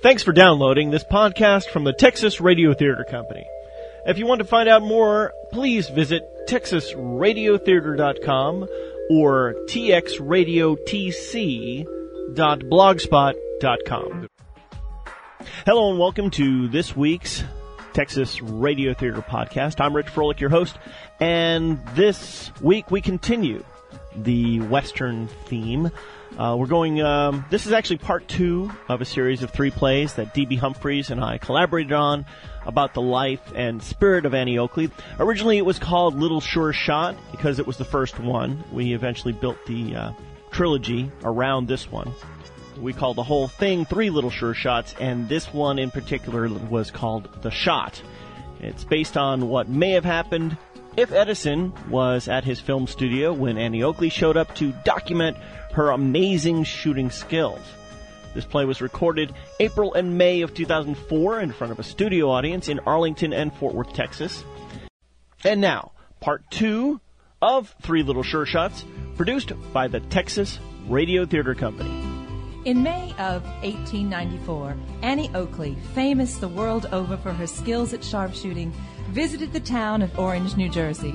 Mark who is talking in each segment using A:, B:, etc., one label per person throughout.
A: Thanks for downloading this podcast from the Texas Radio Theater Company. If you want to find out more, please visit texasradiotheater.com or txradiotc.blogspot.com. Hello and welcome to this week's Texas Radio Theater Podcast. I'm Rich Froelich, your host, and this week we continue the Western theme. Uh, we're going, um, this is actually part two of a series of three plays that D.B. Humphreys and I collaborated on about the life and spirit of Annie Oakley. Originally it was called Little Sure Shot because it was the first one. We eventually built the uh, trilogy around this one. We called the whole thing Three Little Sure Shots, and this one in particular was called The Shot. It's based on what may have happened if Edison was at his film studio when Annie Oakley showed up to document her amazing shooting skills. This play was recorded April and May of 2004 in front of a studio audience in Arlington and Fort Worth, Texas. And now, part two of Three Little Sure Shots, produced by the Texas Radio Theater Company.
B: In May of 1894, Annie Oakley, famous the world over for her skills at sharpshooting, visited the town of Orange, New Jersey.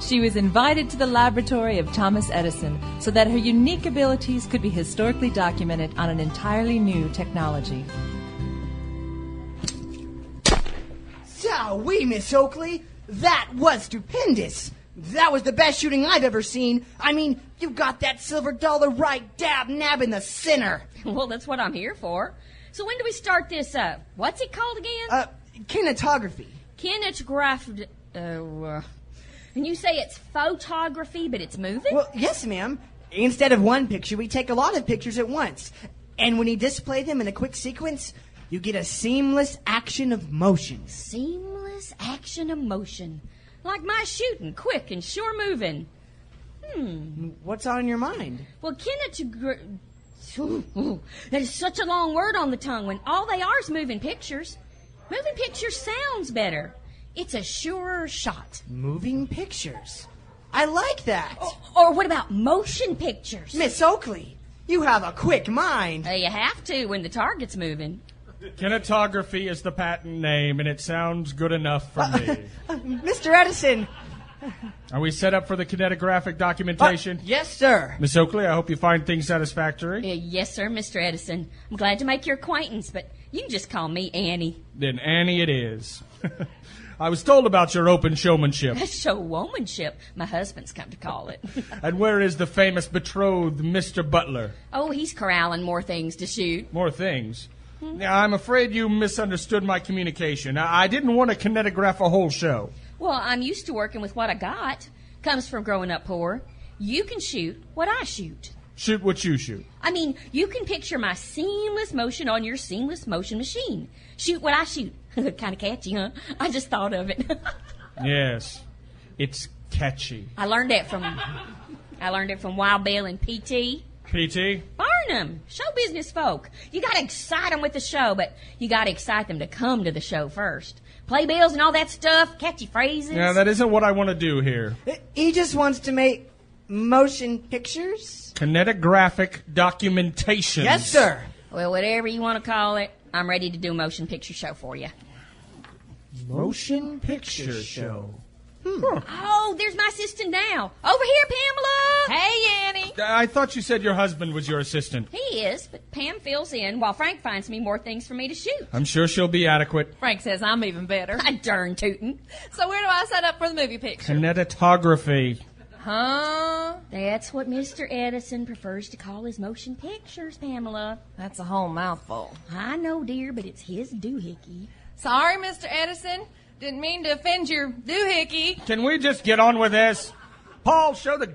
B: She was invited to the laboratory of Thomas Edison so that her unique abilities could be historically documented on an entirely new technology.
C: So we, Miss Oakley, that was stupendous. That was the best shooting I've ever seen. I mean, you got that silver dollar right dab nab in the center.
D: Well, that's what I'm here for. So when do we start this up? What's it called again?
C: Uh, kinetography.
D: Kinetographed. Oh, uh, and you say it's photography, but it's moving?
C: Well, yes, ma'am. Instead of one picture, we take a lot of pictures at once. And when you display them in a quick sequence, you get a seamless action of motions.
D: Seamless action of motion. Like my shooting, quick and sure moving.
C: What's on your mind?
D: Well, kinetograph. That is such a long word on the tongue when all they are is moving pictures. Moving pictures sounds better. It's a surer shot.
C: Moving pictures. I like that.
D: Or what about motion pictures?
C: Miss Oakley, you have a quick mind.
D: Uh, you have to when the target's moving.
E: Kinetography is the patent name, and it sounds good enough for me.
C: Mr. Edison.
E: Are we set up for the kinetographic documentation?
C: Uh, Yes, sir.
E: Miss Oakley, I hope you find things satisfactory.
D: Uh, yes, sir, Mr. Edison. I'm glad to make your acquaintance, but you can just call me Annie.
E: Then, Annie, it is. I was told about your open showmanship.
D: That's showwomanship, my husband's come to call it.
E: and where is the famous betrothed Mr. Butler?
D: oh, he's corralling more things to shoot.
E: More things. Now, I'm afraid you misunderstood my communication. I I didn't want to kinetograph a whole show.
D: Well, I'm used to working with what I got. Comes from growing up poor. You can shoot what I shoot.
E: Shoot what you shoot.
D: I mean, you can picture my seamless motion on your seamless motion machine. Shoot what I shoot. kind of catchy, huh? I just thought of it.
E: Yes, it's catchy.
D: I learned that from I learned it from Wild Bill and PT.
E: PT,
D: Barnum, show business folk. You gotta excite them with the show, but you gotta excite them to come to the show first. Play bills and all that stuff, catchy phrases.
E: now that isn't what I want to do here.
C: He just wants to make motion pictures?
E: Kinetographic documentation.
C: Yes, sir.
D: well, whatever you want to call it, I'm ready to do a motion picture show for you.
E: Motion picture show.
D: Oh, there's my assistant now. Over here, Pamela. Hey, Annie.
E: I thought you said your husband was your assistant.
D: He is, but Pam fills in while Frank finds me more things for me to shoot.
E: I'm sure she'll be adequate.
F: Frank says I'm even better.
D: I darn tootin'.
F: So where do I sign up for the movie picture?
E: Kinetography.
F: Huh?
D: That's what Mr. Edison prefers to call his motion pictures, Pamela.
F: That's a whole mouthful.
D: I know, dear, but it's his doohickey.
F: Sorry, Mr. Edison. Didn't mean to offend your doohickey.
E: Can we just get on with this? Paul, show the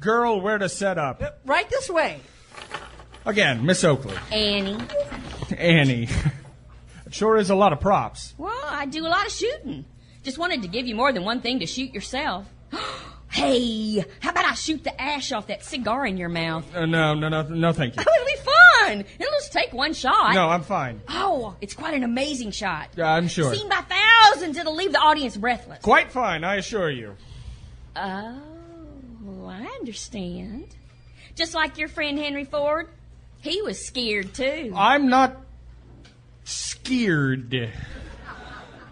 E: girl where to set up.
C: Right this way.
E: Again, Miss Oakley.
D: Annie.
E: Annie. it sure is a lot of props.
D: Well, I do a lot of shooting. Just wanted to give you more than one thing to shoot yourself. hey, how about I shoot the ash off that cigar in your mouth?
E: Uh, no, no, no, no, thank you.
D: Oh, it'll be fun. It'll just take one shot.
E: No, I'm fine.
D: Oh, it's quite an amazing shot.
E: Yeah, I'm sure.
D: Seen by thousands, it'll leave the audience breathless.
E: Quite fine, I assure you.
D: Oh, I understand.
E: Uh-
D: Just like your friend Henry Ford, he was scared too.
E: I'm not scared.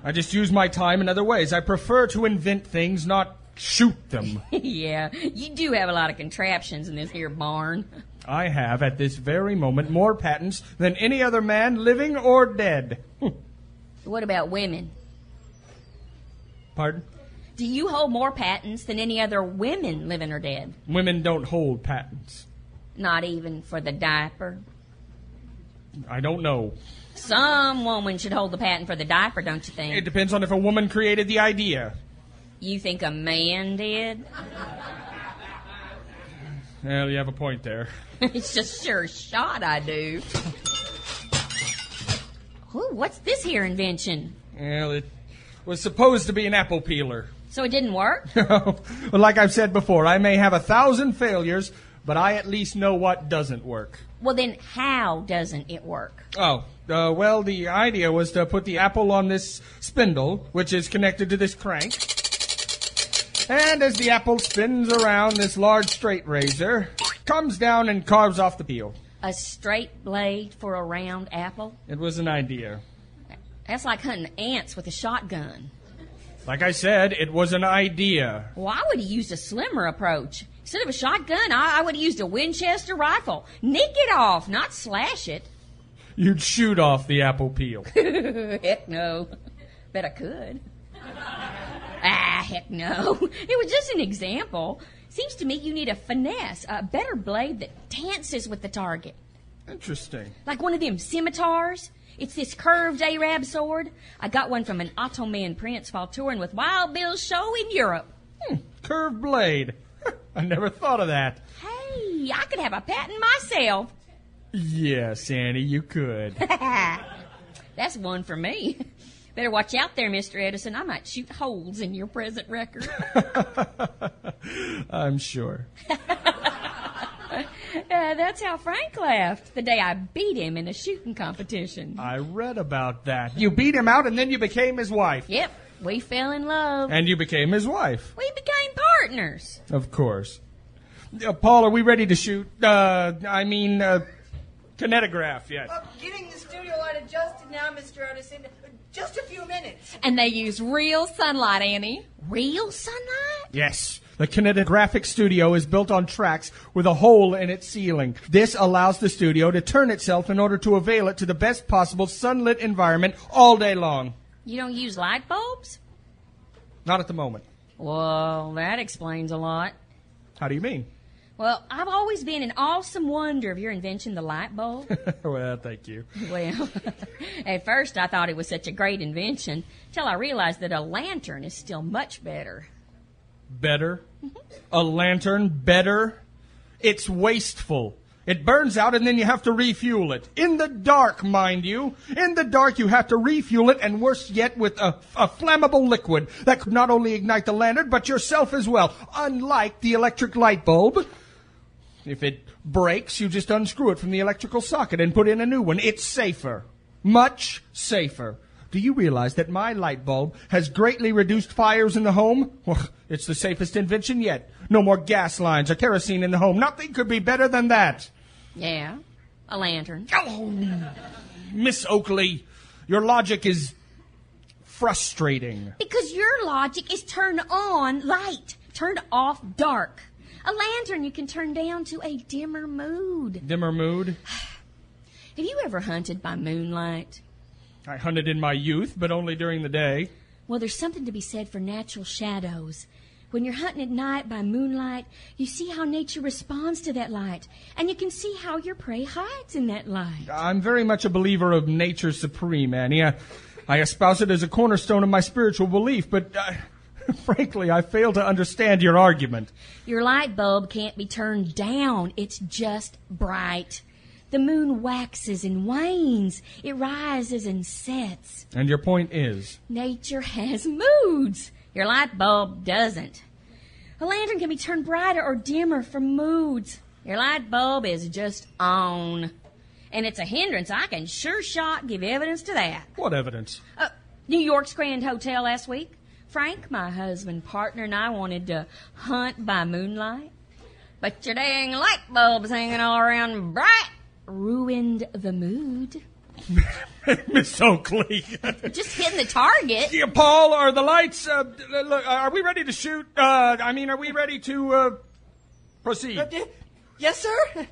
E: I just use my time in other ways. I prefer to invent things, not shoot them.
D: yeah, you do have a lot of contraptions in this here barn.
E: I have, at this very moment, more patents than any other man, living or dead. Hmm.
D: What about women?
E: Pardon?
D: Do you hold more patents than any other women, living or dead?
E: Women don't hold patents.
D: Not even for the diaper.
E: I don't know.
D: Some woman should hold the patent for the diaper, don't you think?
E: It depends on if a woman created the idea.
D: you think a man did?
E: Well, you have a point there.
D: it's just sure shot I do. Ooh, what's this here invention?
E: Well, it was supposed to be an apple peeler.
D: So it didn't work?
E: well, like I've said before, I may have a thousand failures, but I at least know what doesn't work.
D: well, then how doesn't it work?
E: Oh, uh, well, the idea was to put the apple on this spindle, which is connected to this crank. And as the apple spins around this large straight razor, comes down and carves off the peel.
D: A straight blade for a round apple?
E: It was an idea.
D: That's like hunting ants with a shotgun.
E: Like I said, it was an idea.
D: Well, I would have used a slimmer approach. Instead of a shotgun, I, I would have used a Winchester rifle. Nick it off, not slash it.
E: You'd shoot off the apple peel.
D: Heck no. Bet I could. ah, heck no. It was just an example. Seems to me you need a finesse, a better blade that dances with the target.
E: Interesting.
D: Like one of them scimitars. It's this curved Arab sword. I got one from an Ottoman prince while touring with Wild Bill's show in Europe.
E: Hmm, curved blade. I never thought of that.
D: Hey, I could have a patent myself.
E: Yes, Annie, you could.
D: That's one for me. Better watch out there, Mr. Edison. I might shoot holes in your present record.
E: I'm sure.
D: Uh, that's how Frank laughed the day I beat him in a shooting competition.
E: I read about that. You beat him out and then you became his wife.
D: Yep, we fell in love.
E: And you became his wife.
D: We became partners.
E: Of course. Uh, Paul, are we ready to shoot? Uh, I mean, uh, kinetograph yet.
C: I'm getting the studio light adjusted now, Mr. Edison. Just a few minutes.
F: And they use real sunlight, Annie.
D: Real sunlight?
E: Yes. The Kinetographic Studio is built on tracks with a hole in its ceiling. This allows the studio to turn itself in order to avail it to the best possible sunlit environment all day long.
D: You don't use light bulbs?
E: Not at the moment.
D: Well, that explains a lot.
E: How do you mean?
D: Well, I've always been in awesome wonder of your invention, the light bulb.
E: well, thank you.
D: Well, at first I thought it was such a great invention, till I realized that a lantern is still much better.
E: Better? A lantern better? It's wasteful. It burns out and then you have to refuel it. In the dark, mind you. In the dark, you have to refuel it, and worse yet, with a, a flammable liquid that could not only ignite the lantern, but yourself as well. Unlike the electric light bulb. If it breaks, you just unscrew it from the electrical socket and put in a new one. It's safer. Much safer. Do you realize that my light bulb has greatly reduced fires in the home? Well, it's the safest invention yet. No more gas lines or kerosene in the home. Nothing could be better than that.
D: Yeah, a lantern.
E: Oh, Miss Oakley, your logic is frustrating.
D: Because your logic is turn on light, turn off dark. A lantern you can turn down to a dimmer mood.
E: Dimmer mood.
D: Have you ever hunted by moonlight?
E: I hunted in my youth, but only during the day.
D: Well, there's something to be said for natural shadows. When you're hunting at night by moonlight, you see how nature responds to that light, and you can see how your prey hides in that light.
E: I'm very much a believer of nature supreme, Annie. I, I espouse it as a cornerstone of my spiritual belief, but uh, frankly, I fail to understand your argument.
D: Your light bulb can't be turned down. It's just bright. The moon waxes and wanes. It rises and sets.
E: And your point is,
D: Nature has moods. Your light bulb doesn't. A lantern can be turned brighter or dimmer for moods. Your light bulb is just on. And it's a hindrance. I can sure shot give evidence to that.
E: what evidence?
D: Uh, New York's Grand Hotel last week. Frank, my husband, partner, and I wanted to hunt by moonlight. But your dang light bulbs hanging all around bright ruined the mood.
E: Miss Oakley.
D: Just hitting the target.
E: Yeah, Paul, are the lights? Uh, look, are we ready to shoot? Uh, I mean, are we ready to uh, proceed?
C: D- Yes, sir?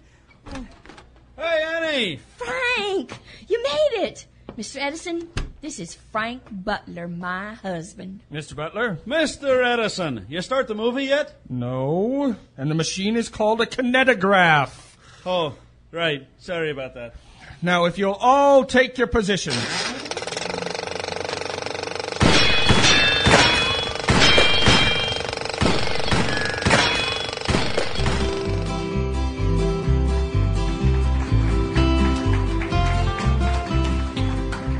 E: Hey, Annie.
D: Frank, you made it. Mr. Edison, this is Frank Butler, my husband.
E: Mr. Butler.
G: Mr. Edison, you start the movie yet?
E: No, and the machine is called a kinetograph.
G: Oh, right. Sorry about that.
E: Now, if you'll all take your positions.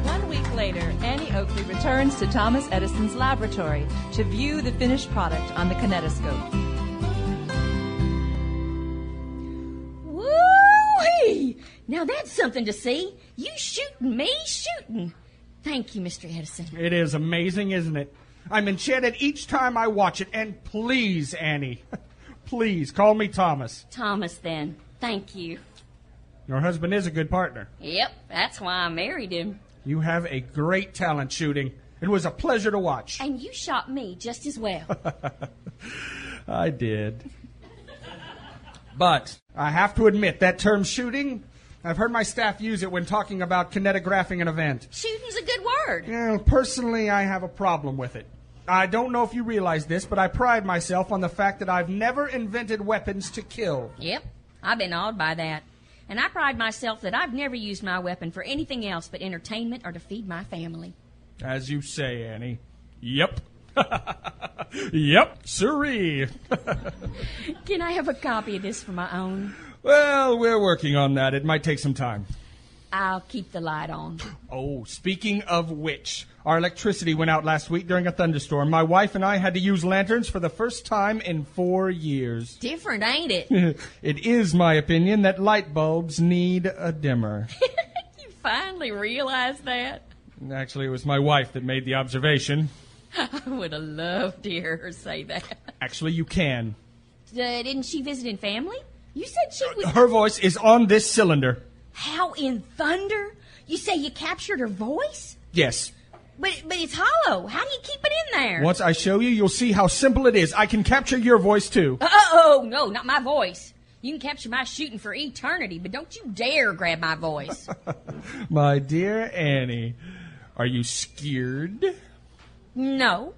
B: One week later, Annie Oakley returns to Thomas Edison's laboratory to view the finished product on the kinetoscope.
D: Woo-wee! Now that's something to see. You shooting, me shooting. Thank you, Mr. Edison.
E: It is amazing, isn't it? I'm enchanted each time I watch it. And please, Annie, please call me Thomas.
D: Thomas, then. Thank you.
E: Your husband is a good partner.
D: Yep, that's why I married him.
E: You have a great talent shooting. It was a pleasure to watch.
D: And you shot me just as well.
E: I did. But I have to admit, that term shooting, I've heard my staff use it when talking about kinetographing an event.
D: Shooting's a good word.
E: Yeah, personally, I have a problem with it. I don't know if you realize this, but I pride myself on the fact that I've never invented weapons to kill.
D: Yep, I've been awed by that. And I pride myself that I've never used my weapon for anything else but entertainment or to feed my family.
E: As you say, Annie. Yep. yep, siree.
D: Can I have a copy of this for my own?
E: well, we're working on that. It might take some time.
D: I'll keep the light on.
E: Oh, speaking of which, our electricity went out last week during a thunderstorm. My wife and I had to use lanterns for the first time in four years.
D: Different, ain't it?
E: it is my opinion that light bulbs need a dimmer.
D: you finally realized that?
E: Actually, it was my wife that made the observation.
D: I would have loved to hear her say that.
E: Actually, you can.
D: Uh, didn't she visit in family? You said she was.
E: Her voice is on this cylinder.
D: How in thunder? You say you captured her voice?
E: Yes.
D: But but it's hollow. How do you keep it in there?
E: Once I show you, you'll see how simple it is. I can capture your voice too.
D: Uh oh, no, not my voice. You can capture my shooting for eternity, but don't you dare grab my voice.
E: My dear Annie, are you scared?
D: no.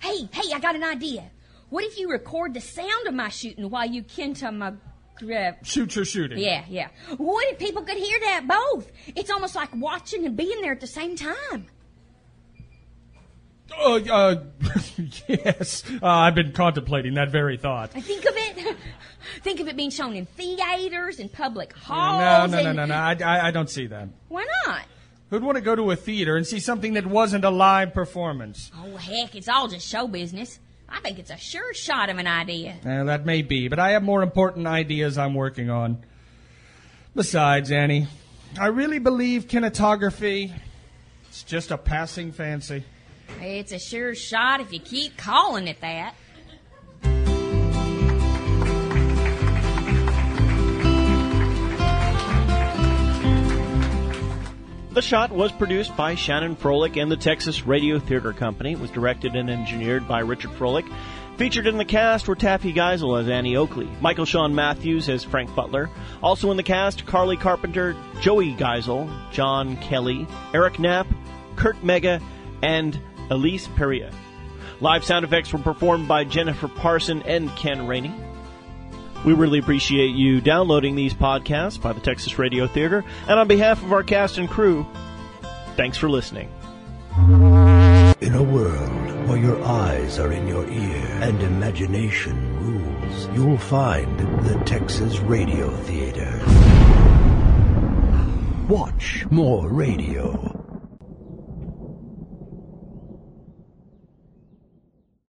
D: Hey, hey, I got an idea. What if you record the sound of my shooting while you kinta my
E: Shoot your shooting.
D: Yeah, yeah. What if people could hear that both? It's almost like watching and being there at the same time.
E: Uh, uh, yes. Uh, I've been contemplating that very thought.
D: And think of it. Think of it being shown in theaters and public halls.
E: No, no, no,
D: and-
E: no, no. I, I, I don't see that.
D: Why not?
E: Who'd want to go to a theater and see something that wasn't a live performance?
D: Oh heck, it's all just show business. I think it's a sure shot of an idea.
E: Eh, that may be, but I have more important ideas I'm working on. Besides, Annie, I really believe kinetography. It's just a passing fancy.
D: It's a sure shot if you keep calling it that.
A: The shot was produced by Shannon Froelich and the Texas Radio Theater Company. It was directed and engineered by Richard Froelich. Featured in the cast were Taffy Geisel as Annie Oakley, Michael Sean Matthews as Frank Butler. Also in the cast, Carly Carpenter, Joey Geisel, John Kelly, Eric Knapp, Kurt Mega, and Elise Perea. Live sound effects were performed by Jennifer Parson and Ken Rainey. We really appreciate you downloading these podcasts by the Texas Radio Theater, and on behalf of our cast and crew, thanks for listening.
H: In a world where your eyes are in your ear and imagination rules, you'll find the Texas Radio Theater. Watch more radio